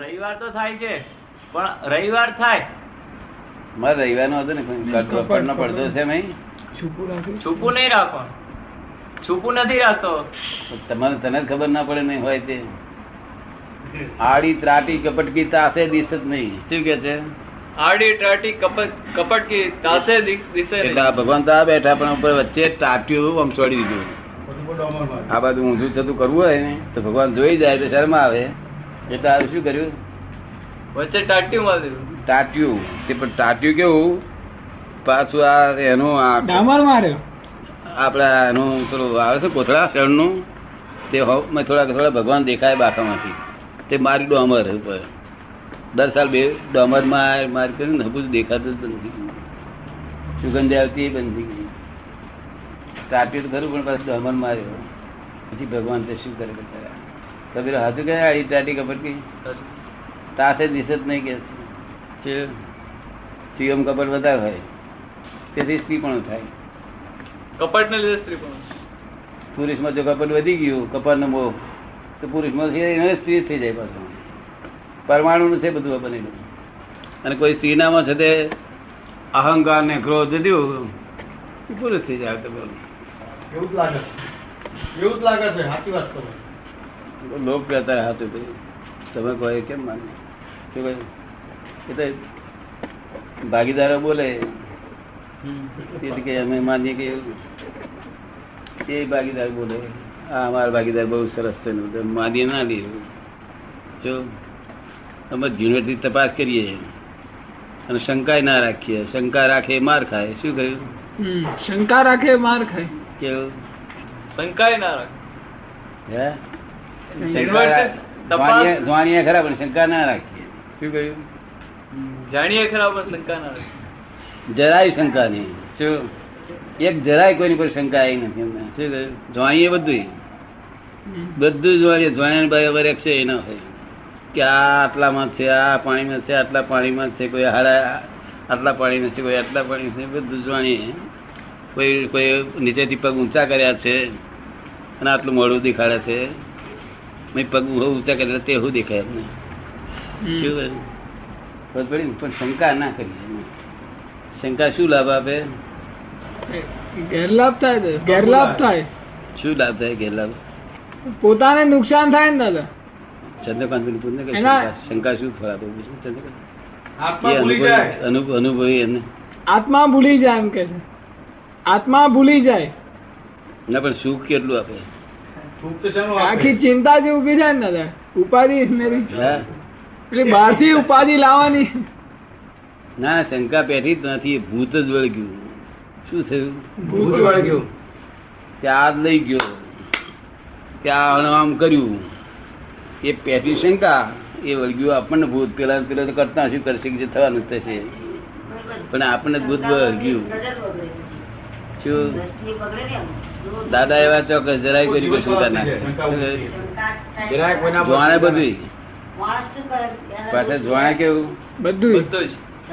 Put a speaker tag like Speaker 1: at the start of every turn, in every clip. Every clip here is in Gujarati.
Speaker 1: રવિવાર તો થાય છે પણ રવિવાર થાય
Speaker 2: મારે રવિવારનો હતો ને કોઈ પડનો પડદો છે નહીં
Speaker 3: છૂપું રાખ્યું
Speaker 1: છૂપું નહીં રાખો છૂપું નથી રાખતો
Speaker 2: તમારે તને જ ખબર ના પડે નહીં હોય તે આડી ત્રાટી કપટકી તાસે દિશત નહીં શું કે છે
Speaker 4: આડી ટાટી કપટ કપટ કી તાસે દિખ- દિશે નહીં.
Speaker 2: એટલે આ ભગવાન તો આ બેઠા પણ ઉપર વચ્ચે ટાટ્યું આમ છોડી દીધું આ બાજુ ઊંધું થતું કરવું હોય ને તો ભગવાન જોઈ જાય તો શરમ આવે એટલે આ શું કર્યું
Speaker 4: વચ્ચે ટાટ્યું મારી દીધું
Speaker 2: ટાટ્યું તે પણ ટાટ્યું કેવું પાછું આ એનું આ
Speaker 3: ડામર માર્યો
Speaker 2: આપડા એનું પેલું આવે છે કોથળા શરણનું તે હોમાં થોડાક થોડા ભગવાન દેખાય બાકામાંથી તે મારી ડોમર ઉપર દર સાલ બે ડોમર માં મારી કરીને હબુજ દેખાતું જ બંધ થઈ ગયું સુગંધ આવતી એ બંધ થઈ ગઈ ટાટ્યું તો ખરું પણ પાછું ડોમર માર્યો પછી ભગવાન તે શું કરે બચારા તો પેલો હાજુ કે આડી ટાટી કપડ કે તાસે દિશત નહીં કે છે કે ચિયમ કપડ વધારે હોય તેથી સ્ત્રી પણ થાય
Speaker 4: કપટ ને લીધે સ્ત્રી પણ
Speaker 2: પુરુષમાં જો કપડ વધી ગયું કપડનો મોહ તો પુરુષમાં છે એનો સ્ત્રી જ થઈ જાય પાછું પરમાણુનું છે બધું આ બનેલું અને કોઈ સ્ત્રીનામાં છે તે અહંકાર ને ક્રોધ વધ્યું એ પુરુષ થઈ જાય તો બોલો.
Speaker 5: એવું જ લાગે છે એવું જ લાગે છે સાચી વાત કરો
Speaker 2: લોક કહેતા હાથું ભાઈ તમે કહો એ કેમ માને શું કહ્યું એ તો ભાગીદારો બોલે એ તો કે અમે માનીએ કે એ ભાગીદાર બોલે આ અમારા ભાગીદાર બહુ સરસ છે ને બધું માનીએ ના લઈએ જો અમે ઝીણવટથી તપાસ કરીએ અને શંકાય ના રાખીએ શંકા રાખે એ માર ખાય શું કહ્યું
Speaker 3: હમ. શંકા રાખે માર ખાય
Speaker 2: કેવું
Speaker 4: શંકાય ના રાખ
Speaker 2: હે શંકા
Speaker 4: ઝીણવટથી તપાસ-
Speaker 2: રા- જોણીએ ખરા પણ શંકા ના રાખીએ શું કહ્યું
Speaker 4: જાણીએ ખરા પણ શંકા ના રાખ
Speaker 2: જરાય શંકા નહીં શું એક જરાય કોઈની પર શંકા આવી નથી એમને શું કહ્યું જોણીએ બધું
Speaker 3: હમ.
Speaker 2: બધું જોણીએ જોણિયાની બરાબર એક છે એ ના હોય કે આ આટલામાં છે આ પાણીમાં છે આટલા પાણીમાં છે કોઈ હાડા આટલા પાણીમાં છે કોઈ આટલા પાણી છે બધું જોણીએ કોઈ કોઈ નીચેથી પગ ઊંચા કર્યા છે અને આટલું મોડું દેખાડે છે મેં પગ ઊંચા કર્યા તે શું દેખાય એમને
Speaker 3: હમ.
Speaker 2: શું કહ્યું? ખબર પડી ને? પણ શંકા ના કરીએ શંકા શું લાભ આપે
Speaker 3: ગેરલાભ થાય છે ગેરલાભ થાય
Speaker 2: શું લાભ થાય ગેરલાભ
Speaker 3: પોતાને નુકસાન થાય ને દાદા
Speaker 2: ચંદ્રકાંત પૂછ ને કે
Speaker 3: એના-
Speaker 2: શંકા- શંકા શું ફળ આપે પૂછ્યું ચંદ્રકાંત
Speaker 5: આત્મા
Speaker 2: એ
Speaker 5: ભૂલી
Speaker 2: અનુભવી-
Speaker 5: જાય
Speaker 2: અનુ- અનુભવી એને
Speaker 3: આત્મા ભૂલી જાય એમ કે છે આત્મા ભૂલી જાય
Speaker 2: ના પણ સુખ કેટલું આપે
Speaker 5: સુખ તો શેનું
Speaker 3: આખી
Speaker 5: આપે?
Speaker 3: ચિંતા જે ઉભી થાય ને દાદા ઉપાધિ મેરી
Speaker 2: હા
Speaker 3: એટલે બહારથી ઉપાધિ લાવવાની
Speaker 2: ના શંકા પેઠી જ નથી ભૂત જ વળગ્યું શું થયું
Speaker 5: ભૂત વળગ્યું.
Speaker 2: કે આ જ લઈ ગયો કે આ આણે આમ કર્યું એ પેઠી શંકા એ વળગ્યું આપણને ભૂત પેલા પેલા તો કરતા શું કરશે કે જે થવાનું જ થશે પણ આપણને ભૂત વળગ્યું શું દાદા એવા ચોક્કસ જરાય કોઈ પર શંકા ના કરે.
Speaker 5: જરાય કોઈના પર
Speaker 2: જોવાને
Speaker 5: શંકા
Speaker 2: બધું પાછા જોવાને કેવું
Speaker 3: બધું
Speaker 4: બધું જ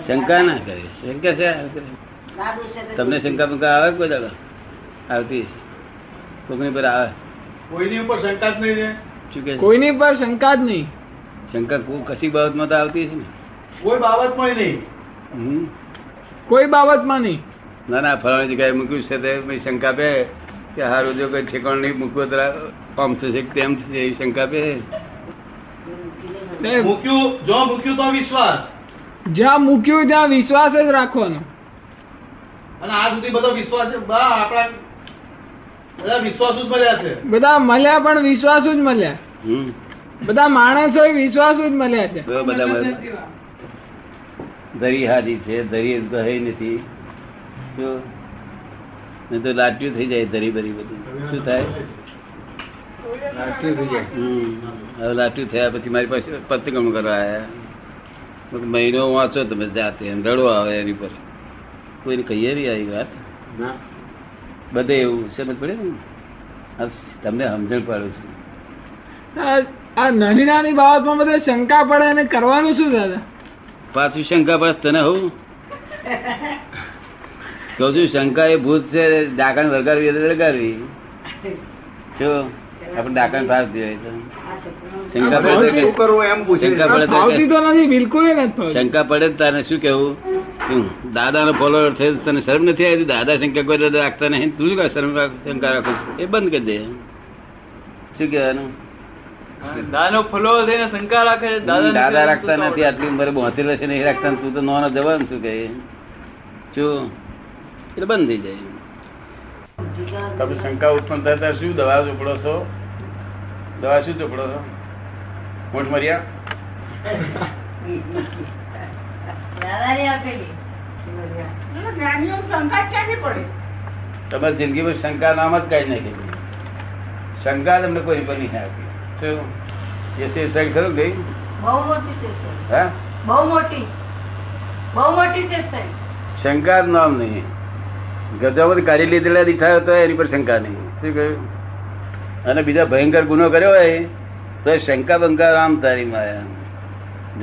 Speaker 2: શંકા ના કરે શંકા શા કરે? તમને શંકા બંકા આવે કોઈ દાડો આવતી હશે. કોકની પર આવે
Speaker 5: કોઈની ઉપર શંકા જ નહીં રહે
Speaker 2: શું કે છે?
Speaker 3: કોઈની પર શંકા જ નહીં
Speaker 2: શંકા કો- કશી બાબતમાં તો આવતી છે ને
Speaker 5: કોઈ બાબતમાં નહીં
Speaker 2: હમ?
Speaker 3: કોઈ બાબતમાં નહીં
Speaker 2: ના ના ફલાણી જગ્યાએ મૂક્યું છે તે પછી શંકા પે કે હારું જો કોઈ ઠેકાણ નહીં મૂકવો તો આમ થશે કે તેમ થશે એવી શંકા પે
Speaker 3: તે
Speaker 5: મૂક્યું જો મૂક્યું તો વિશ્વાસ
Speaker 3: જ્યાં મૂક્યું ત્યાં વિશ્વાસ જ રાખવાનો
Speaker 5: અને આ સુધી બધો વિશ્વાસ છે. બા આપણા બધા વિશ્વાસ જ મળ્યા છે
Speaker 3: બધા મળ્યા પણ વિશ્વાસ જ મળ્યા
Speaker 2: હમ
Speaker 3: બધા માણસો વિશ્વાસ જ મળ્યા છે
Speaker 2: બરાબર, બધા મળે. ધરી હાજી છે ધરી ગહી નથી જો નહીં તો લાટ્યું થઈ જાય ધરી ભરી બધું શું થાય હમ. હવે લાટ્યું થયા પછી મારી પાસે પત્રકમ કરવા આવ્યા મેં કીધું મહિનો વાંચો તમે જાતે એમ રડો આવે એની પર કોઈને કહીએ નહીં આવી વાત બધે એવું સમજ પડે ને આ તમને સમજણ પાડું છું
Speaker 3: આ આ નાની નાની બાબતમાં બધા શંકા પડે અને કરવાનું શું દાદા
Speaker 2: પાછું શંકા પાસ તને હું કહું છું શંકા એ ભૂત છે ડાકણ વગાડવી હોય તો વગાડવી જો આપણે ડાકણ પાસ દેવાય તો શંકા
Speaker 3: આ
Speaker 2: પડે
Speaker 3: શું
Speaker 2: તો કે- શંકા પડે તો
Speaker 3: ફાવતી
Speaker 2: કે-
Speaker 3: તો નથી બિલકુલ ય નથી ફાવતી.
Speaker 2: શંકા પડે તો તારે શું કેવું દાદા નો ફોલોઅર થયો તને શરમ નથી આવી દાદા શંકા કોઈ દાદા રાખતા નહીં તું શું કાંઈ શરમ રાખ- શંકા રાખું છું એ બંધ કરી દે શું કહેવાનું
Speaker 4: દાનો ફલો થઈને શંકા રાખે છે દાદાને
Speaker 2: દાદા
Speaker 4: કહેવાનું
Speaker 2: રાખતા
Speaker 4: શું
Speaker 2: નથી
Speaker 4: આવડે?
Speaker 2: આટલી ઉંમરે બોતેર વર્ષે નહીં રાખતા ને તું તો નોનો જવાન શું કહે શું એટલે બંધ થઈ જાય તમે શંકા ઉત્પન્ન થતા શું દવા ચોપડો છો દવા શું ચોપડો છો મોટ મર્યા
Speaker 6: દાદાને આપેલી
Speaker 2: તમારી જિંદગીમાં શંકા નામ જ કાઢી નાખેલી શંકા તમને કોઈ પર નહીં આપી શું એ તે શંખ ખરું ગઈ
Speaker 6: બહુ મોટી સ્ટેશન
Speaker 2: હા
Speaker 6: બહુ મોટી બહુ મોટી સ્ટેશન
Speaker 2: શંકા જ નામ નહીં ગજાવત કાઢી લીધેલા દીઠા તો એની પર શંકા નહીં શું કહ્યું અને બીજા ભયંકર ગુનો કર્યો હોય તો એ શંકા બંકા રામ તારી માયા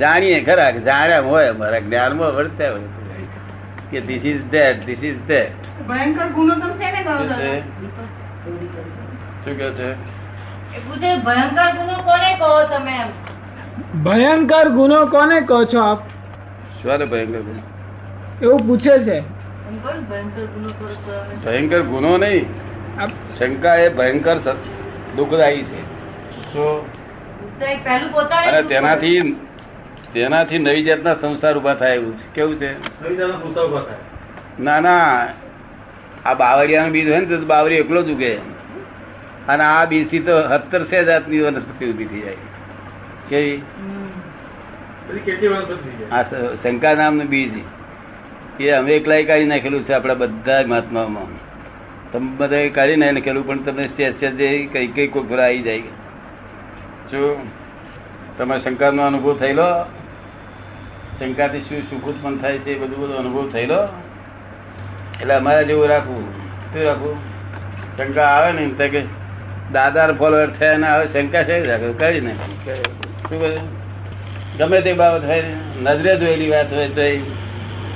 Speaker 2: જાણીએ ખરા કે જાણ્યા હોય મારા જ્ઞાનમાં વર્તા હોય કે this is that this is that
Speaker 6: ભયંકર ગુનો તો છે ને
Speaker 2: શું છે? શું કહે છે
Speaker 6: એ બુધે ભયંકર ગુનો કોને કહો તમે એમ
Speaker 3: ભયંકર ગુનો કોને કહો છો આપ
Speaker 2: શું ભયંકર ગુનો
Speaker 3: એવું પૂછે છે
Speaker 6: એમ કહો ને, ભયંકર ગુનો કરો તો અમે.
Speaker 2: ભયંકર ગુનો નહીં
Speaker 3: આપ-
Speaker 2: શંકા એ ભયંકર સ- દુઃખદાયી છે શું?
Speaker 6: બુધે પહેલું પોતાને
Speaker 2: અને
Speaker 6: ગુનો
Speaker 2: તેનાથી તેનાથી નવી જાતના સંસાર ઉભા થાય એવું છે કેવું છે
Speaker 5: રવિદાદા પૂરતા ઉભા થાય
Speaker 2: ના ના આ બાવળિયાનું બીજ હોય ને તો બાવરી એકલો જ ઉગે અને આ બીજ થી તો સત્તર સે જાતની વનસ્પતિ ઉભી થઈ જાય કેવી
Speaker 6: હમ.
Speaker 5: બધી કેટલી વાર બદલી જાય
Speaker 2: આ સ- શંકા નામનું બીજ એ અમે એકલાય કાઢી નાખેલું છે આપણા બધા જ મહાત્માઓમાં તમે બધા કાઢી ના નાખેલું પણ તમે સ્ટેજ સ્ટેજ જે કઈ કઈ કોઈ ભૂલા આવી જાય જો તમારે શંકાનો અનુભવ થયેલો શંકાથી શું સુખ ઉત્પન્ન થાય છે એ બધું બધો અનુભવ થયેલો એટલે અમારા જેવું રાખવું શું રાખવું શંકા આવે ને એમ થાય કે દાદા ફોલોઅર થયા ને આવે શંકા છે રાખે કાઢી નાખે શું કહ્યું ગમે તે બાબત હોય નજરે જોયેલી વાત હોય તો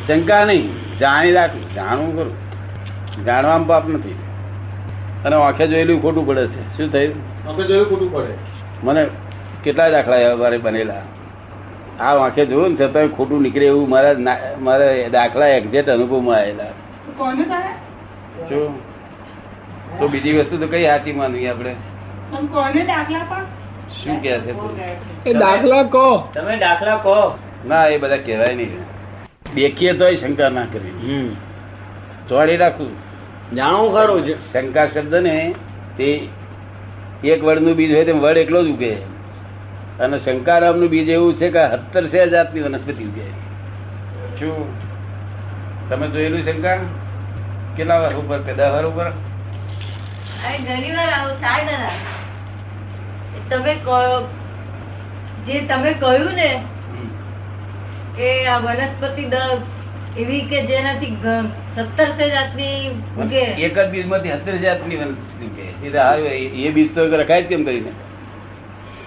Speaker 2: શંકા નહીં જાણી રાખવું જાણવું કરું જાણવામાં પાપ નથી અને આંખે જોયેલું ખોટું પડે છે શું થયું
Speaker 5: આપણે જોયું ખોટું પડે
Speaker 2: મને કેટલા દાખલા એવા મારે બનેલા આ વાંખે જોયું ને છતાં ખોટું નીકળે એવું મારા ના- મારા દાખલા એક્ઝેક્ટ અનુભવમાં આવેલા જો તો બીજી વસ્તુ તો કઈ હાથી માનવી આપણે શું કહે છે તું?
Speaker 3: એ દાખલા કહો
Speaker 1: તમે દાખલા કહો
Speaker 2: ના એ બધા કહેવાય નહીં દેખીએ તોય શંકા ના કરવી ચોળી રાખવું
Speaker 4: જાણવું ખરું જ
Speaker 2: શંકા શબ્દ ને તે એક વડનું બીજ હોય તેમ વડ એકલો જ ઉગે અને શંકારામનું બીજ એવું છે કે સત્તર સે જાતની વનસ્પતિ ઉગે શું તમે જોયેલું શંકા કેટલા વર્ષ ઉપર પેદાવાર ઉપર
Speaker 6: અરે ઘણી વાર આવું થાય દાદા એ તમે કહો જે તમે કહ્યું ને કે આ વનસ્પતિ દળ એવી કે જેનાથી ઘ- સત્તર સે જાતની ઉગે
Speaker 2: એક જ બીજ માંથી સત્તર જાતની વનસ્પતિ ઉગે એટલે હારું એ- એ બીજ તો રખાય જ કેમ કરીને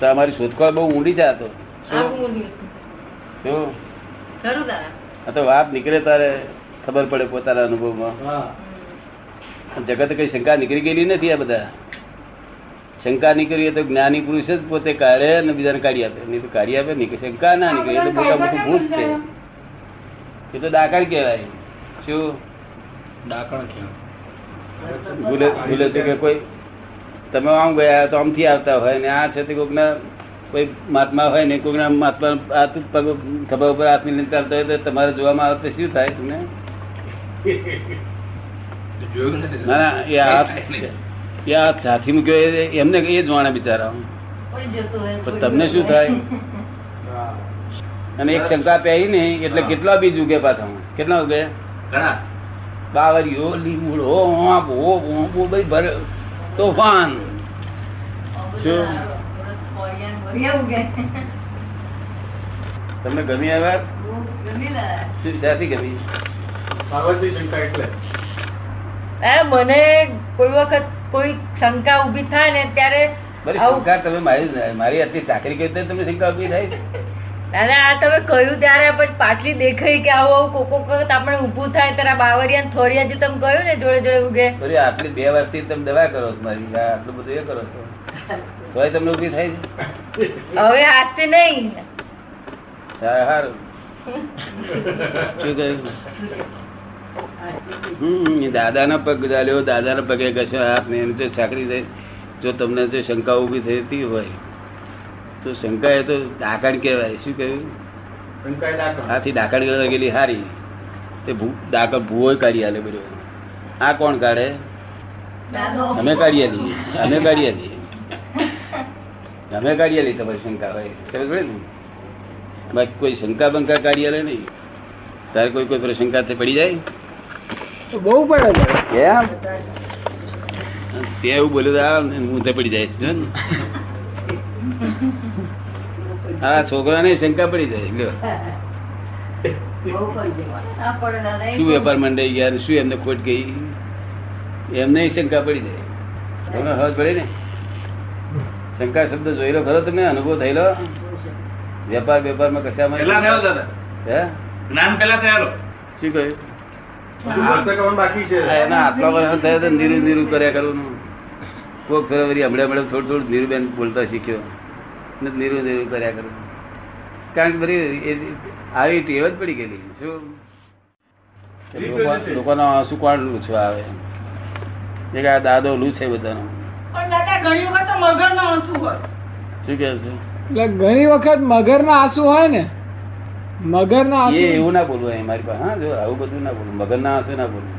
Speaker 2: તો અમારી શોધખોળ બહુ ઊંડી ચાતો
Speaker 6: આ ગુણની.
Speaker 2: શું
Speaker 6: ખરું દાદા
Speaker 2: આ તો વાત નીકળે તારે ખબર પડે પોતાના અનુભવમાં
Speaker 5: હા
Speaker 2: જગત કઈ શંકા નીકળી ગયેલી નથી આ બધા શંકા નીકળી હોય તો જ્ઞાની પુરુષ જ પોતે કાઢે અને બીજાને કાઢી આપે નહીં તો કાઢી આપે નહીં કે શંકા ના નીકળે એટલે મોટા મોટું ભૂત છે એ તો ડાકણ કહેવાય શું ભૂલે ભૂલે છે કે કોઈ તમે આમ ગયા તો આમથી આવતા હોય ને આ છે તે કોઈકના કોઈ મહાત્મા હોય ને કોઈકના મહાત્મા હાથ પગ ખભા ઉપર હાથ મિલીને ચાલતા હોય તો તમારે જોવામાં આવે તો શું થાય તમને
Speaker 5: જોયું
Speaker 2: ના ના એ હાથ એ હાથ હાથી મૂક્યો એ- એમને એ જોવાના બિચારા
Speaker 6: પડી જતું હોય
Speaker 2: પણ તમને શું થાય અને એક શંકા પહેરી ને એટલે કેટલા બીજ ઉગે પાછા કેટલા ઉગે
Speaker 5: ઘણા
Speaker 2: બાવરીઓ લીમડો ઓંપ, ઓંપ, ઓંપ, બધી ભર- તોફાન શું?
Speaker 6: ભર્યા ઉગે
Speaker 2: તમને ગમી આ વાત
Speaker 6: બહુ ગમી દાદા
Speaker 2: શું ત્યાંથી ગમી
Speaker 5: પાર્વતી શંકા એટલે
Speaker 6: અરે મને કોઈ વખત કોઈ શંકા ઉભી થાય ને ત્યારે
Speaker 2: બરી
Speaker 6: આવું-
Speaker 2: શંકા તમે મારી મારી આટલી ચાકરી કરી દે તમે શંકા ઉભી થાય છે?
Speaker 6: દાદા આ તમે કહ્યું ત્યારે પણ પાટલી દેખાઈ કે આવું આવું કોક કોક વખત આપણે ઊભું થાય ત્યારે આ બાવરિયા ને થોરિયા જે તમે કહ્યું ને જોડે જોડે ઉગે
Speaker 2: બરી આટલી બે વર્ષથી તમે દવા કરો છો મારી આ આટલું બધું એ કરો છો તોય તમને ઉભી થાય છે
Speaker 6: હવે આજથી નહીં
Speaker 2: હા, હારું. શું કહ્યું હમ, દાદાના પગ ચાલ્યો દાદાના પગે ઘસ્યો હાથ ને એની તો સાંકળી થઈ જો તમને જો શંકા ઉભી થતી હોય તો શંકા એ તો ડાકણ કહેવાય શું કહ્યું
Speaker 5: શંકાએ દાખલ.
Speaker 2: આથી ડાકણ લાગેલી હારી તે ભૂ ડાકણ ભૂવો કાઢી આલે બધો આ કોણ કાઢે
Speaker 6: દાદો
Speaker 2: અમે કાઢીએ છીએ અમે કાઢીએ છીએ અમે કાઢીએ લઈએ તમારી શંકા હોય સમજ પડે ને બાકી કોઈ શંકા બંકા કાઢીએ લે નહીં તારે કોઈ કોઈ પર શંકા થઈ પડી જાય
Speaker 3: તો બહુ પડે છે.
Speaker 2: કેમ તે એવું બોલ્યું તો આ હું તો પડી જાય છે ને આ છોકરાને શંકા પડી જાય લ્યો.
Speaker 6: ના પડે દાદા એ
Speaker 2: શું
Speaker 6: બહુ-
Speaker 2: વેપાર મંડાઈ ગયા ને શું એમને ખોટ ગઈ એમને શંકા પડી જાય તમને સમજ પડી ને શંકા શબ્દ જોયેલો ખરો તમે અનુભવ થયેલો વેપાર વેપારમાં કશામાં
Speaker 5: કેટલા થયા દાદા?
Speaker 2: હે
Speaker 5: જ્ઞાન પહેલા થયેલો
Speaker 2: શું કહ્યું
Speaker 5: હજુ વર્ષ કરવાનું બાકી છે
Speaker 2: આ એના આટલા વર્ષ થયા તો નીરુ નીરુ કર્યા કરું કોક ફેરવરી હમણાં હમણાં થોડું થોડું નીરુબેન બોલતા શીખ્યો ને નીરુ નીરુ કર્યા કરું કારણ કે બધી એ- આવી ટેવ જ પડી ગયેલી શું લોકો- લોકોનો આંસુ કોણ લૂછો આવે એક આ દાદો લૂ છે બધાનો
Speaker 7: પણ દાદા ઘણી વખત તો મગર નો હોય
Speaker 2: શું કે
Speaker 3: એટલે ઘણી વખત મગરના આંસુ હોય ને મગરના
Speaker 2: છે એ
Speaker 3: આંસુ
Speaker 2: એવું ના બોલવું અહીં મારી પાસે હા જો આવું બધું ના બોલવું મગરના આંસુ ના બોલવું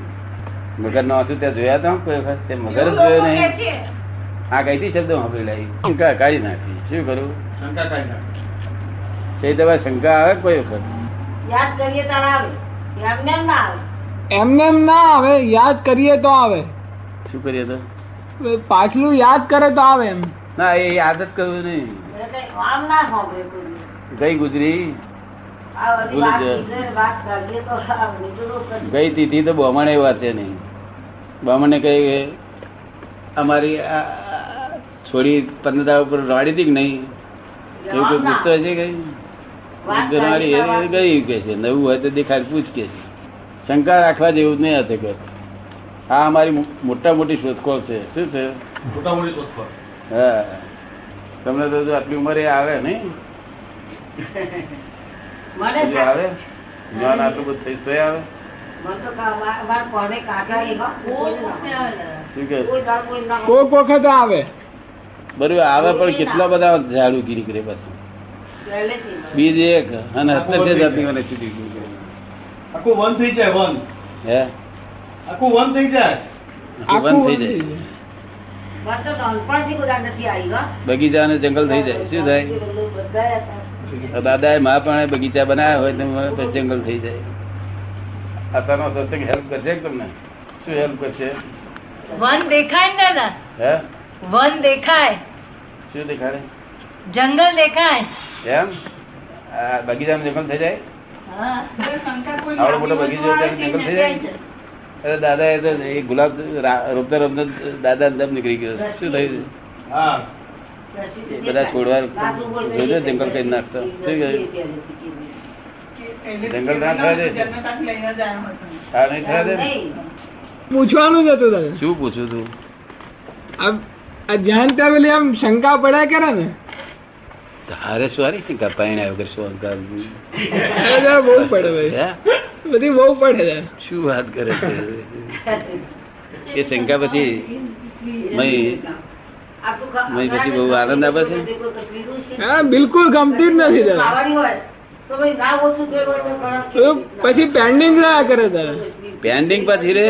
Speaker 2: મગરના આંસુ ત્યાં જોયા હતા કોઈ વખત તે મગર જ
Speaker 7: એવું
Speaker 2: જોયો
Speaker 7: લોકો કહે
Speaker 2: નહીં
Speaker 7: છે.
Speaker 2: આ કઈથી શબ્દ વાપરી લાવી કા- કાઢી નાખી શું કરું
Speaker 5: શંકા કાંઈ ના.
Speaker 2: સહી તમારે શંકા આવે કોઈ વખત
Speaker 6: યાદ કરીએ તારે આવે યાદ ને એમ ના આવે
Speaker 3: એમને એમ ના આવે યાદ કરીએ તો આવે
Speaker 2: શું કરીએ તો
Speaker 3: પાછલું યાદ કરે તો આવે એમ
Speaker 2: ના એ આદત કરવું નહીં
Speaker 6: એટલે કંઈ આમ ના સાંભળે કોઈ દી.
Speaker 2: ગઈ ગુજરી
Speaker 6: આ બધી
Speaker 2: ભૂલી
Speaker 6: વાત
Speaker 2: જાય.
Speaker 6: કીધે, વાત કરીએ તો આ બીજું તો કશું
Speaker 2: ગઈ તીથી તો બ્રાહ્મણે વાંચે નહીં બ્રાહ્મણે કહી કે અમારી આ- આ છોડી પંદર દાડા ઉપર રવાડી હતી કે નહીં એવું કોઈ
Speaker 6: આમ ના
Speaker 2: પૂછતો
Speaker 6: આવે.
Speaker 2: હશે કઈ
Speaker 6: વાત
Speaker 2: રવાડી
Speaker 6: કરીએ તો વાત
Speaker 2: એ ગઈ કે છે નવું હોય તો દેખાડ પૂછ કે છે શંકા રાખવા જેવું જ નહીં હકીકત આ અમારી મો- મોટા મોટી શોધખોળ છે શું છે
Speaker 5: મોટા મોટી શોધ પર.
Speaker 2: હા તમને તો જો આટલી ઉંમરે આવે નહીં
Speaker 6: મને
Speaker 2: હજુ આવે જ્ઞાન આટલું બધું થઈ તોય આવે
Speaker 6: મને તો કા- વા- વાર કોને કાઢા એ વાત કોઈને ના
Speaker 2: શું કે
Speaker 6: કોઈ દાળ કોઈ ના
Speaker 3: કોક વખત આવે
Speaker 2: બરોબર આવે પણ કેટલા બધા ઝાડુ ગીરી કરે પાછું
Speaker 6: પહેલેથી જ.
Speaker 2: બીજ એક અને અત્યારે જાતની વનસ્પતિ ઉગી કરે.
Speaker 5: આખું વન થઈ જાય વન
Speaker 2: હે
Speaker 5: આખું વન થઈ જાય
Speaker 2: આખું
Speaker 3: આખું
Speaker 2: વન થઈ જાય
Speaker 6: મને તો નાનપણથી બધા નથી આવી વા.
Speaker 2: બગીચા અને જંગલ થઈ જાય શું થાય
Speaker 6: બધું બધાય હતા.
Speaker 2: દાદાએ મા પણ બગીચા બનાવ્યા હોય તો મા પણ જંગલ થઈ જાય આ તારો સત્સંગ હેલ્પ કરશે કે તમને શું હેલ્પ કરશે
Speaker 6: વન દેખાય ને દાદા
Speaker 2: હે
Speaker 6: વન દેખાય
Speaker 2: શું દેખાડે
Speaker 6: જંગલ દેખાય
Speaker 2: એમ આ બગીચામાં જંગલ થઈ જાય
Speaker 6: હા
Speaker 7: એ શંકા કોઈ
Speaker 2: આવડો મોટો
Speaker 7: નાની
Speaker 2: બગીચો
Speaker 7: હોય
Speaker 2: ત્યારે
Speaker 7: તો
Speaker 2: જંગલ થઈ
Speaker 7: જાય
Speaker 2: જાય
Speaker 7: છે.
Speaker 2: અરે દાદા એ તો એ ગુલાબ રા- રોપતા રોપતા દાદા દમ નીકળી ગયો શું થયું
Speaker 5: હા
Speaker 2: એ બધા છોડવા જોજો જંગલ કરી નાખતો. શું કહ્યું?
Speaker 7: એ- એને
Speaker 2: જંગલ ના થવા દે છે.
Speaker 7: જન્મ કાંઠે લઈને જ આવ્યો હતો.
Speaker 2: આ નહીં થયા છે ને?
Speaker 6: નહીં.
Speaker 3: પૂછવાનું જ હતું દાદા
Speaker 2: શું પૂછું તું
Speaker 3: આ- આ જ્યાં ત્યાં પેલી આમ શંકા પડ્યા કરે ને
Speaker 2: તારે સ્વારી શંકા પાણી વગર શંકા હે?
Speaker 3: એ જરા બહુ પડે ભાઈ બધી બહુ પડે છે
Speaker 2: શું વાત કરે છે એ શંકા પછી મય-
Speaker 6: આખું ખા-
Speaker 2: મય પછી બહુ આનંદ આપે છે?
Speaker 3: હા બિલકુલ ગમતી જ નથી દાદા
Speaker 6: ખાવાની હોય તો ભઈ ના ઓછું જોયું હોય તો ખરાબ
Speaker 3: તો પછી પેન્ડિંગ રહ્યા કરે તારે
Speaker 2: પેન્ડિંગ પછી રે?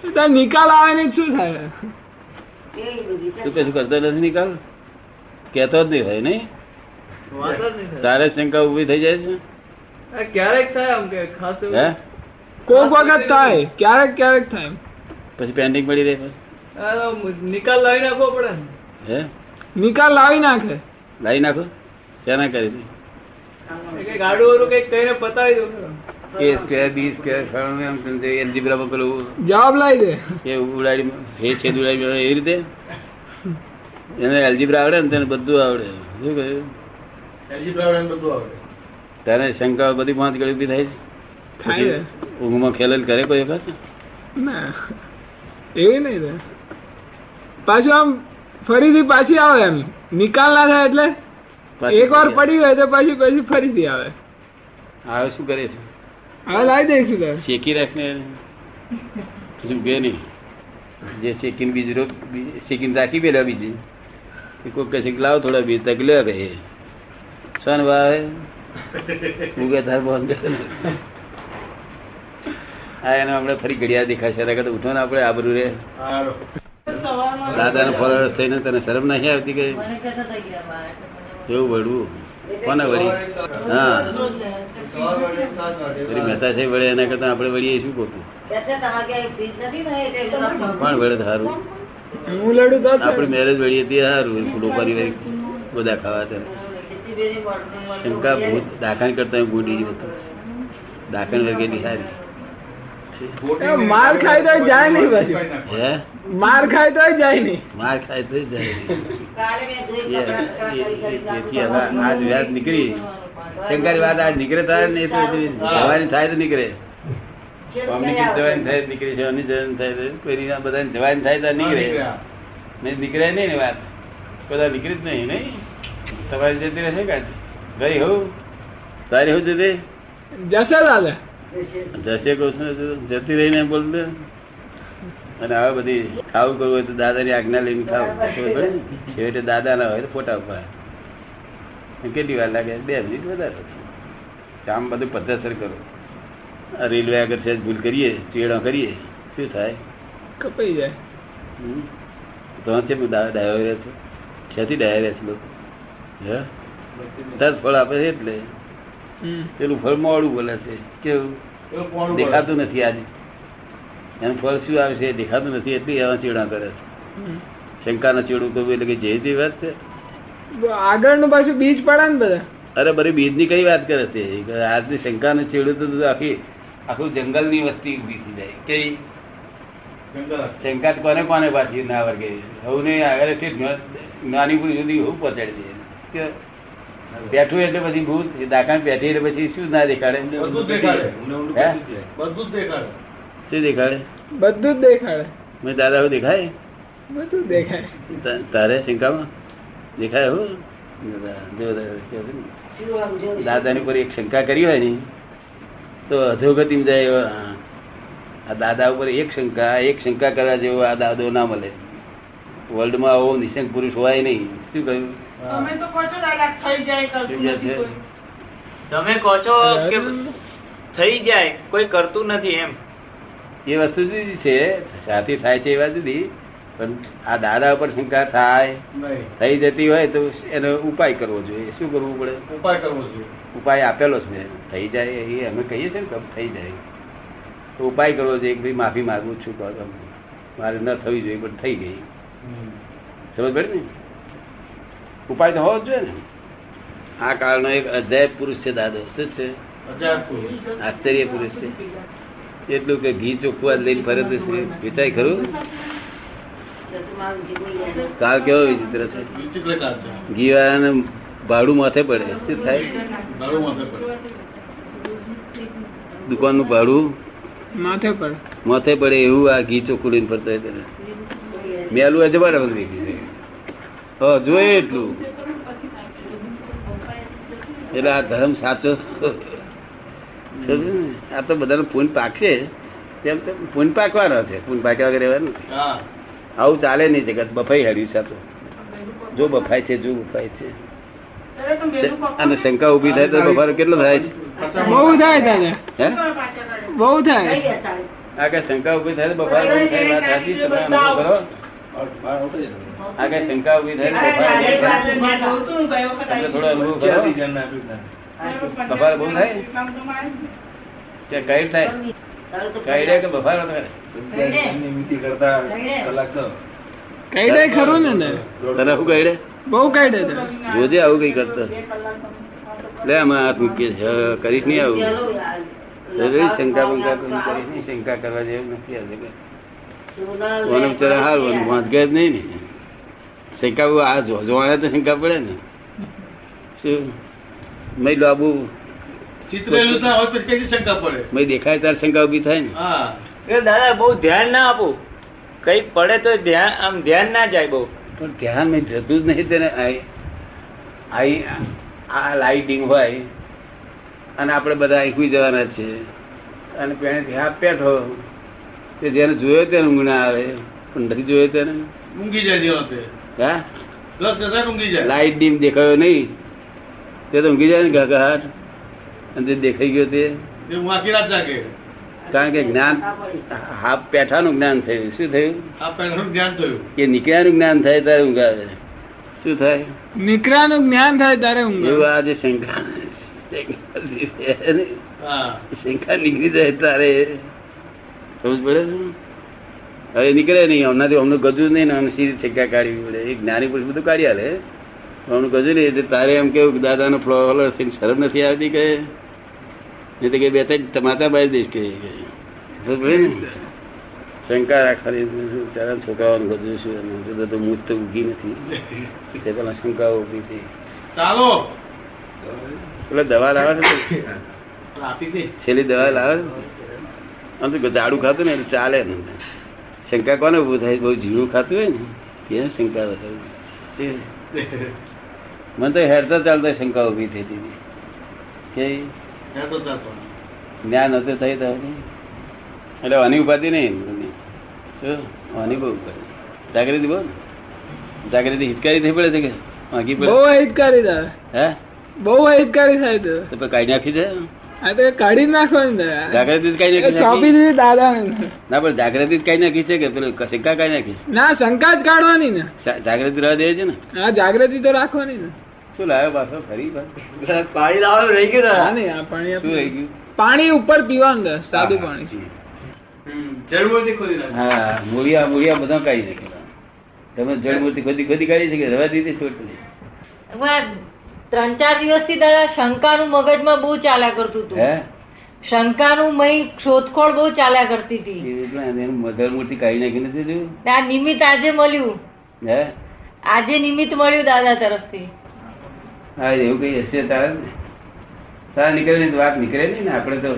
Speaker 3: તો તારે નિકાલ આવે ને શું થાય
Speaker 6: એ બધી
Speaker 2: તું કશું કરતો નથી નિકાલ કેતો જ નહીં હોય નહીં
Speaker 4: વાત જ નહીં થાય.
Speaker 2: તારે શંકા ઉભી થઈ જાય છે
Speaker 4: આ ક્યારેક થાય આમ કે ખાસ એવું.
Speaker 2: હે
Speaker 3: કોક વખત થાય ક્યારેક ક્યારેક થાય
Speaker 2: પછી પેન્ડિંગ પડી રહે પછી.
Speaker 4: આ તો નિકાલ લાવી નાખવો પડે ને.
Speaker 2: હે
Speaker 3: નિકાલ લાવી નાખે
Speaker 2: લાવી નાખો શેના કરી હતી?
Speaker 4: એ કંઈક આડુંઅવળું કંઈક કહીને પતાવી દો ખરો.
Speaker 2: એ સ્ક્વેર બી સ્ક્વેર ફળનું એમ સમજે, એ જીબ્રામાં પેલું
Speaker 3: જવાબ લાવી દે
Speaker 2: એ ઉડાડી એ છેદ ઉડાડી મારે એવી રીતે એને એલ્જીબ્રા આવડે ને તેને બધું આવડે શું કહ્યું
Speaker 5: એલજીબ્રા આવડે ને બધું આવડે
Speaker 2: તારે શંકા બધી પાંચ ગળી ઉભી થાય છે
Speaker 3: થાય
Speaker 2: પછી ઊંઘમાં ખેલેલ કરે કોઈ વખત
Speaker 3: ના એવી નહીં થાય પાછું આમ ફરીથી પાછી આવે એમ નિકાલ ના થાય એટલે
Speaker 2: પાછી
Speaker 3: એક વાર
Speaker 2: ફરી
Speaker 3: પડી હોય તો પછી પછી ફરીથી આવે
Speaker 2: આવે. હવે શું કરે છે
Speaker 3: હવે લાવી દઈશું તો
Speaker 2: શેકી રાખને શું કે નહીં જે શેકીને બીજ રોપ બીજ- શેકીને રાખી પેલા બીજી એ કોક કશીક લાવો થોડા બીજ તક લે ભાઈ સન ભાઈ ઉગે તાર બોલ હા એનો આપણે ફરી ઘડિયાળ દેખાશે એના કરતાં ઉઠો ને આપણે આબરું રે
Speaker 5: હારો.
Speaker 2: દાદાને ફોલોઅર થઈને તને શરમ નહીં આવતી કે
Speaker 6: મને કહેતા હતા ગયા બા, એટલે મને-
Speaker 2: એવું વળવું કોને વળી હા
Speaker 5: સવાર વડે સાંજ વડે.
Speaker 2: વળી મહેતા છે વળે એના કરતાં આપણે વળીએ શું ખોટું
Speaker 6: કહેતા તમારે ક્યાંય ફ્રીજ નથી ને એટલે
Speaker 2: પણ વળે સારું
Speaker 3: હું લડું તો જ
Speaker 2: આપણે મેરેજ વળી હતી સારું ડોપારી વળી બધા ખાવા ત્યારે
Speaker 6: ખીચીબેરી બોટલ- બોટલ
Speaker 2: શંકા ભૂત
Speaker 6: ઉકેલી.
Speaker 2: દાખણ કરતા હોય ભૂંડી જેવું હતું. દાખણ વર્ગેની સારી
Speaker 3: એ માર ખાય તો જાય નહીં પાછું.
Speaker 2: હે
Speaker 3: માર ખાય તો જાય નહીં
Speaker 2: માર ખાય તો જાય
Speaker 6: કાલે મેં જોઈ
Speaker 2: એ-
Speaker 6: કપડાં
Speaker 2: એ-
Speaker 6: કરી કરી
Speaker 2: એ-
Speaker 6: કરી
Speaker 2: એથી હવે આજ વાત નીકળી શંકર વાત આજ નીકળે તાર ને એ તો એથી જવાની થાય તો નીકળે કોમની કીધી જવાની થાય તો નીકળે છે એની જવાની થાય તો કોઈની ના બધાને જવાની થાય તો નીકળે નહીં નીકળે નહીં ને વાત બધા નીકળી જ નહીં નહીં તમારી જતી રહેશે કાંઈ ગઈ હોઉં તારી હોઉં જતી
Speaker 3: જશે દાદા
Speaker 2: જશે કૃષ્ણ જતી રહીને બોલતો અને હવે બધી ખાવું કરવું હોય તો દાદાની આજ્ઞા લઈને ખાવું ખબર પડી ને? છેવટે દાદા ના હોય તો ફોટા ઉપર કેટલી વાર લાગે બે મિનિટ વધારે તો આમ બધું પદ્ધતસર કરો આ રેલવે આગળ સહેજ ભૂલ કરીએ ચેડો કરીએ શું થાય
Speaker 3: કપાઈ જાય
Speaker 2: હમ? તો છે ડાયરેક્ટ છે છેથી ડાયરેક્ટ છે લોકો હે તરત ફળ આપે છે એટલે
Speaker 3: હમ.
Speaker 2: પેલું ફળ મોડું બોલે છે કેવું દેખાતું નથી આજે એનું ફળ શું આવશે એ દેખાતું નથી એટલી એવા ચીડા કરે છે
Speaker 3: હમ.
Speaker 2: શંકાના ચીડું કરવું એટલે કે જે તે વાત છે
Speaker 3: આગળનું પાછું બીજ પડે ને બધા
Speaker 2: અરે બરી બીજની કઈ વાત કરે તે કે આજની શંકાનું ચીડું તો આખી આખું જંગલની વસ્તી ઊભી થઈ જાય કે શંકા તો કોને કોને પાછી ના વર્ગે હવને આગળ એટલી જ્ઞ- જ્ઞાની પુરુષ સુધી હું પહોંચાડી દે કે બેઠું એટલે પછી ભૂત એ દાખલ બેઠી એટલે પછી શું ના દેખાડે
Speaker 5: બધું જ દેખાડે.
Speaker 2: હે?
Speaker 5: બધું જ દેખાડે
Speaker 2: શું દેખાડે
Speaker 3: બધું જ દેખાડે
Speaker 2: મેં દાદા એવું દેખાય
Speaker 3: બધું જ દેખાય
Speaker 2: તા- તારે શંકામાં દેખાય હો દાદાની ઉપર એક શંકા કરી હોય ને તો અધોગતિ જાય એવા. આ દાદા ઉપર એક શંકા એક શંકા કરવા જેવો આ દાદો ના મળે વર્લ્ડમાં આવો નિશંક પુરુષ હોય નહીં શું કહ્યું
Speaker 7: તમે તો કહો છો દાદા થઈ જાય
Speaker 2: થઈ
Speaker 7: કરતું
Speaker 2: જાય
Speaker 7: નથી
Speaker 2: છે.
Speaker 7: કોઈ.
Speaker 1: તમે કહો છો કે થઈ જાય કોઈ કરતું નથી એમ
Speaker 2: એ વસ્તુ જુદી છે સાથી થાય છે એ વાત જુદી પણ આ દાદા ઉપર શંકા થાય
Speaker 5: નહીં
Speaker 2: થઈ જતી હોય તો એનો ઉપાય કરવો જોઈએ શું કરવું પડે
Speaker 5: ઉપાય કરવો જોઈએ
Speaker 2: ઉપાય આપેલો છે થઈ જાય એ અમે કહીએ છીએ ને કે થઈ જાય તો ઉપાય કરવો છે કે ભાઈ માફી માગું છું કહો તમે. મારે ન થવી જોઈએ પણ થઈ ગઈ સમજ પડી ને ઉપાય તો હોવો જ જોઈએ ને આ કાળનો એક અધ્યાય પુરુષ છે દાદો શું છે
Speaker 5: અજાક પુરુષ.
Speaker 2: આશ્ચર્ય પુરુષ છે એટલું કે ઘી ચોખ્ખું આ લઈને ફરે તો શું? વિચાર ખરું કાળ કેવો વિચિત્ર છે
Speaker 5: વિચિત્રકાર છે
Speaker 2: ઘી વાળાને ભાડું માથે પડે શું થાય
Speaker 5: મારું મત પણ.
Speaker 2: દુકાનનું ભાડું
Speaker 3: માથે પડે
Speaker 2: માથે પડે એવું આ ઘી ચોખ્ખું લઈને ફરતો હોય તેને મેલું હજુ બાર વખત વેચી દે. હા, જોઈએ એટલું એટલે આ ધર્મ સાચો સમજ્યું ને? આ તો બધાનો પૂન પાકશે તેમ તેમ પૂન પાકવાનો છે પૂન પાક્યા વગર રહેવાનું નથી.
Speaker 5: હા
Speaker 2: આવું ચાલે નહીં જગત બફાઈ હાડ્યું છે આ તો. જો બફાય છે જો બફાય છે
Speaker 7: દાદા તમે વહેલું પકડો
Speaker 2: અને શંકા ઉભી થાય તો બફારો કેટલો થાય છે
Speaker 3: બહુ થાય દાદા
Speaker 2: હે
Speaker 7: ને. પાછા કરે.
Speaker 3: બહુ થાય
Speaker 2: આ કઈ શંકા ઉભી થાય તો બફારો બહુ થાય વાત સાચી છે. તમે અનુભવ કરો
Speaker 5: બહાર ઉતરી જવાનું.
Speaker 2: આ કઈ શંકા ઉભી થાય તો બફારો બહુ થાય
Speaker 7: દાદા મેં જોતું ને ગઈ વખત
Speaker 2: તમને થોડો
Speaker 7: આવી.
Speaker 2: અનુભવ
Speaker 5: ક્યાં
Speaker 2: કરો
Speaker 5: સિઝન ના પીતા?
Speaker 2: બફારો બહુ થાય?
Speaker 7: એટલામાં તો મારે
Speaker 2: કે કઈ થાય કઈ રે કે બફારો થાય
Speaker 5: ક્યાંય નિમિત્તિ કરતા
Speaker 6: લઈને.
Speaker 5: કલાક તો.
Speaker 3: કઈ દે ખરું ને ને
Speaker 2: તને શું કઈ રે
Speaker 3: બહુ કઈ દે દાદા.
Speaker 2: જોજે આવું કઈ કરતો
Speaker 7: બે કલાક તમે આ તો
Speaker 2: લે આમાં હાથ મૂકીએ છે. હવે કરીશ નહીં આવું હવે શંકા બંકા કોઈ કરીશ નહીં શંકા કરવા જેવું નથી આ જગત કોને બિચારા હારું અને વાંચગે જ નહીં ને શંકા બહુ આ જો જોવાને તો શંકા પડે ને શું મય લાબુ
Speaker 5: ચિત્ર એવું ના હોય પછી કઈ શંકા પડે
Speaker 2: મય દેખાય ત્યારે શંકા ઉભી થાય ને
Speaker 5: હા
Speaker 1: એ દાદા બહુ ધ્યાન ના આપું કઈ પડે તો ધ્યાન આમ ધ્યાન ના જાય બહુ
Speaker 2: પણ ધ્યાન મેં જતું જ નહીં તેને આઈ- આઈ આ લાઇટિંગ હોય અને આપણે બધા અહીં સુઈ જવાના છે અને પેણે ધ્યાન બેઠો તે જેને જોયો તેને ઊંઘ ના આવે પણ નથી જોયો તેને
Speaker 5: ઊંઘી જાય જે વખતે
Speaker 2: હા
Speaker 5: દસ કલાક ઊંઘી જાય
Speaker 2: લાઇટ ડીમ દેખાયો નહીં તે તો ઊંઘી જાય ને ઘગાટ અને તે દેખાઈ ગયો તે
Speaker 5: એ હું આખી રાત જાગે
Speaker 2: કારણ કે જ્ઞાન હા પેઠાનું જ્ઞાન થયું શું થયું
Speaker 5: આ પહેલાનું જ્ઞાન થયું
Speaker 2: કે નીકળ્યાનું જ્ઞાન થાય ત્યારે ઊંઘ આવે શું થાય
Speaker 3: નીકળાનું જ્ઞાન થાય ત્યારે
Speaker 2: એવું
Speaker 3: ઊંઘ
Speaker 2: આ જે શંકા શંકા લીધી છે ને,
Speaker 5: હા
Speaker 2: શંકા નીકળી જાય તારે સમજ પડે ને? હવે નીકળે નહીં હમણાંથી હમણાં ગજુ નહીં ને આમ સીધી શંકા કાઢવી પડે એ જ્ઞાની પુરુષ બધું કાઢી આલે હમણાં ગજુ નહીં એટલે તારે એમ કેવું કે દાદાનો ફ્લોવર શરમ નથી આવતી કે નહીં તો કે બે ત્રણ ટમાટા બાઈ દઈશ કે સમજ પડે ને? શંકા રાખવાની તારા છોકરાઓનું ગજુ શું એનું હજુ તો મૂજ તો ઊગી નથી તે પેલા શંકાઓ ઊભી હતી
Speaker 5: ચાલો
Speaker 2: એટલે દવા લાવે છે ને?
Speaker 5: આપી દે
Speaker 2: છેલ્લી દવા લાવે છે ને? આમ તો ઝાડુ ખાતું ને એટલે ચાલે ને શંકા કોને ઉભું થાય બહુ ઝીણું ખાતું હોય ને એને શંકા વધારે છે. મને તો હેરતા ચાલતા શંકા ઉભી થઈ હતી કે
Speaker 5: ત્યાં તો ચાલતો
Speaker 2: જ્ઞાન હતું થઈ તો નહીં. એટલે આની ઉપાધિ નહીં એમની. શું? આની બહુ ઉપાધિ જાગૃતિ બોલ જાગૃતિ હિતકારી થઈ પડે છે કે વાંકી
Speaker 3: બહુ
Speaker 2: પડે
Speaker 3: હિતકારી દાદા
Speaker 2: હે
Speaker 3: બહુ હિતકારી થાય તો
Speaker 2: તો પછી કાઢી નાખી છે
Speaker 3: આ તો કાઢી જ નાખવાની દાદા
Speaker 2: જાગૃતિ જ કાઢી
Speaker 3: એ
Speaker 2: નાખી
Speaker 3: સોંપી
Speaker 2: છે?
Speaker 3: દીધી દાદા
Speaker 2: ના પણ જાગૃતિ જ કાઢી નાખી છે કે પેલું શંકા કાઢી નાખી છે?
Speaker 3: ના શંકા જ કાઢવાની ને
Speaker 2: સા- જાગૃતિ રહેવા દે છે ને
Speaker 3: આ જાગૃતિ તો રાખવાની ને
Speaker 2: શું લાવ્યો પાછો ફરી પાછો?
Speaker 1: પાણી લાવવાનું રહી ગયું
Speaker 3: હા
Speaker 1: ને.
Speaker 3: ને આ પાણી
Speaker 2: શું રહી
Speaker 3: આપણે-
Speaker 2: ગયું
Speaker 3: પાણી ઉપર પીવાનું દાદા સાદું પાણી
Speaker 4: જરૂર નથી ખોલી નાખી.
Speaker 2: હા મૂળિયા મૂળિયા બધા કાઢી નાખેલા તમે જડમૂળથી ખોદી ખોદી કાઢી છે કે રવા દીધી છોડ પડી?
Speaker 6: એમાં ત્રણ ચાર દિવસથી દાદા શંકાનું મગજમાં બહુ ચાલ્યા કરતું
Speaker 2: હે
Speaker 6: હતું શંકાનું મય શોધખોળ બહુ ચાલ્યા કરતી હતી
Speaker 2: એ એટલે એને મધર મૂર્તિ કાઢી નાખી નથી જોયું?
Speaker 6: આ નિમિત્ત આજે મળ્યું
Speaker 2: હે
Speaker 6: આજે નિમિત્ત મળ્યું દાદા તરફથી
Speaker 2: હા એવું કઈ હશે તારે ને? તારે નીકળે નહીં તો વાત નીકળે નહીં ને આપણે તો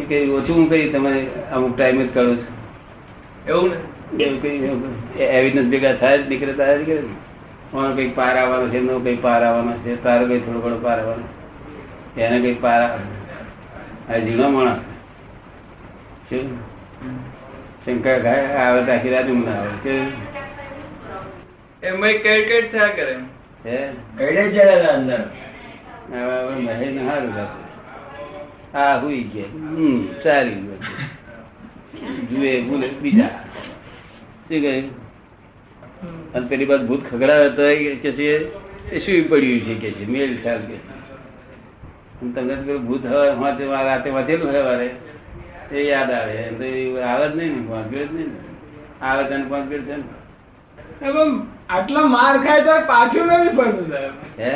Speaker 2: એ કઈ ઓછું હું કઈ તમારે અમુક ટાઈમ જ કરું
Speaker 4: એવું
Speaker 2: છું
Speaker 4: ને
Speaker 2: એવું કઈ એવું કઈ એવિડન્સ ભેગા થાય જ નીકળે તારે નીકળે ને મારો કઈ પાર આવવાનો છે એમનો કઈ પાર આવવાનો છે તારો કઈ થોડો ઘણો પાર આવવાનો એને કઈ પાર આવવાનો આ ઝીણો માણસ શું? શંકા ખાય આવે તો આખી રાત ઊંઘ ના આવે કે
Speaker 4: એમાં કેડ કેડ થયા કરે એમ.
Speaker 2: હે હવે હવે મહે ને હારું લાગે. આ હુઈ ગયા હમ સારી વાત છે. જુએ બોલે બીજા શું કહે અને પેલી બાદ ભૂત ખગડાવે તો એ કે છે એ સુઈ પડ્યું છે કે છે મેલ ખ્યાલ કે છે. અને તમને તો પેલું ભૂત હવે વાંચે વા- રાતે વાંચેલું હોય વારે એ યાદ આવે એમ તો એ આવે જ નહીં ને વાંચ્યું જ નહીં ને આવે તને વાંચ્યું છે ને.
Speaker 3: એમ આટલો માર ખાય તો પાછું નથી પડતું દાદા
Speaker 2: હે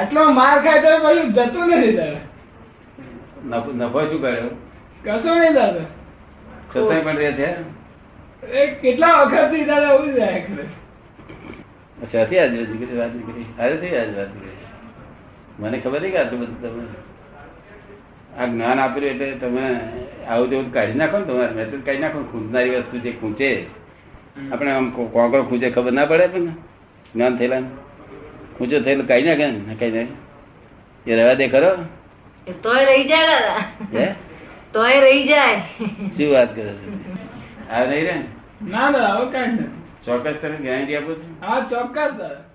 Speaker 3: આટલો માર ખાય તો પાછું જતું નથી દાદા
Speaker 2: નફો નફો શું કર્યો
Speaker 3: કશું નહીં દાદા
Speaker 2: છતાંય પણ રહે છે
Speaker 3: એ કેટલા વખત થી દાદા ઉડી જાય ખરે.
Speaker 2: સાથી આજે દીકરી વાત નીકળી હારે થઈ આજે વાત નીકળી મને ખબર નહીં કે આટલું બધું તમે આ જ્ઞાન આપ્યું એટલે તમે આવું તેવું કાઢી નાખો ને તમારે મેં તો કાઢી નાખો ને. ખૂંચનારી વસ્તુ જે ખૂંચે આપણે આમ કો- કોકરો ખૂંચે ખબર ના પડે પણ જ્ઞાન થયેલા ને. ખૂંચો થયેલો કાઢી નાખે ને ના કાઢી નાખે એ રહેવા દે ખરો
Speaker 6: એ તોય રહી જાય દાદા
Speaker 2: હે
Speaker 6: તોય રહી જાય
Speaker 2: શું વાત કરો છો? આ નહીં રે
Speaker 3: ના દાદા હવે કાંઈ નથી
Speaker 2: ચોક્કસ તમે ગેરંટી આપો છો
Speaker 3: હા ચોક્કસ દાદા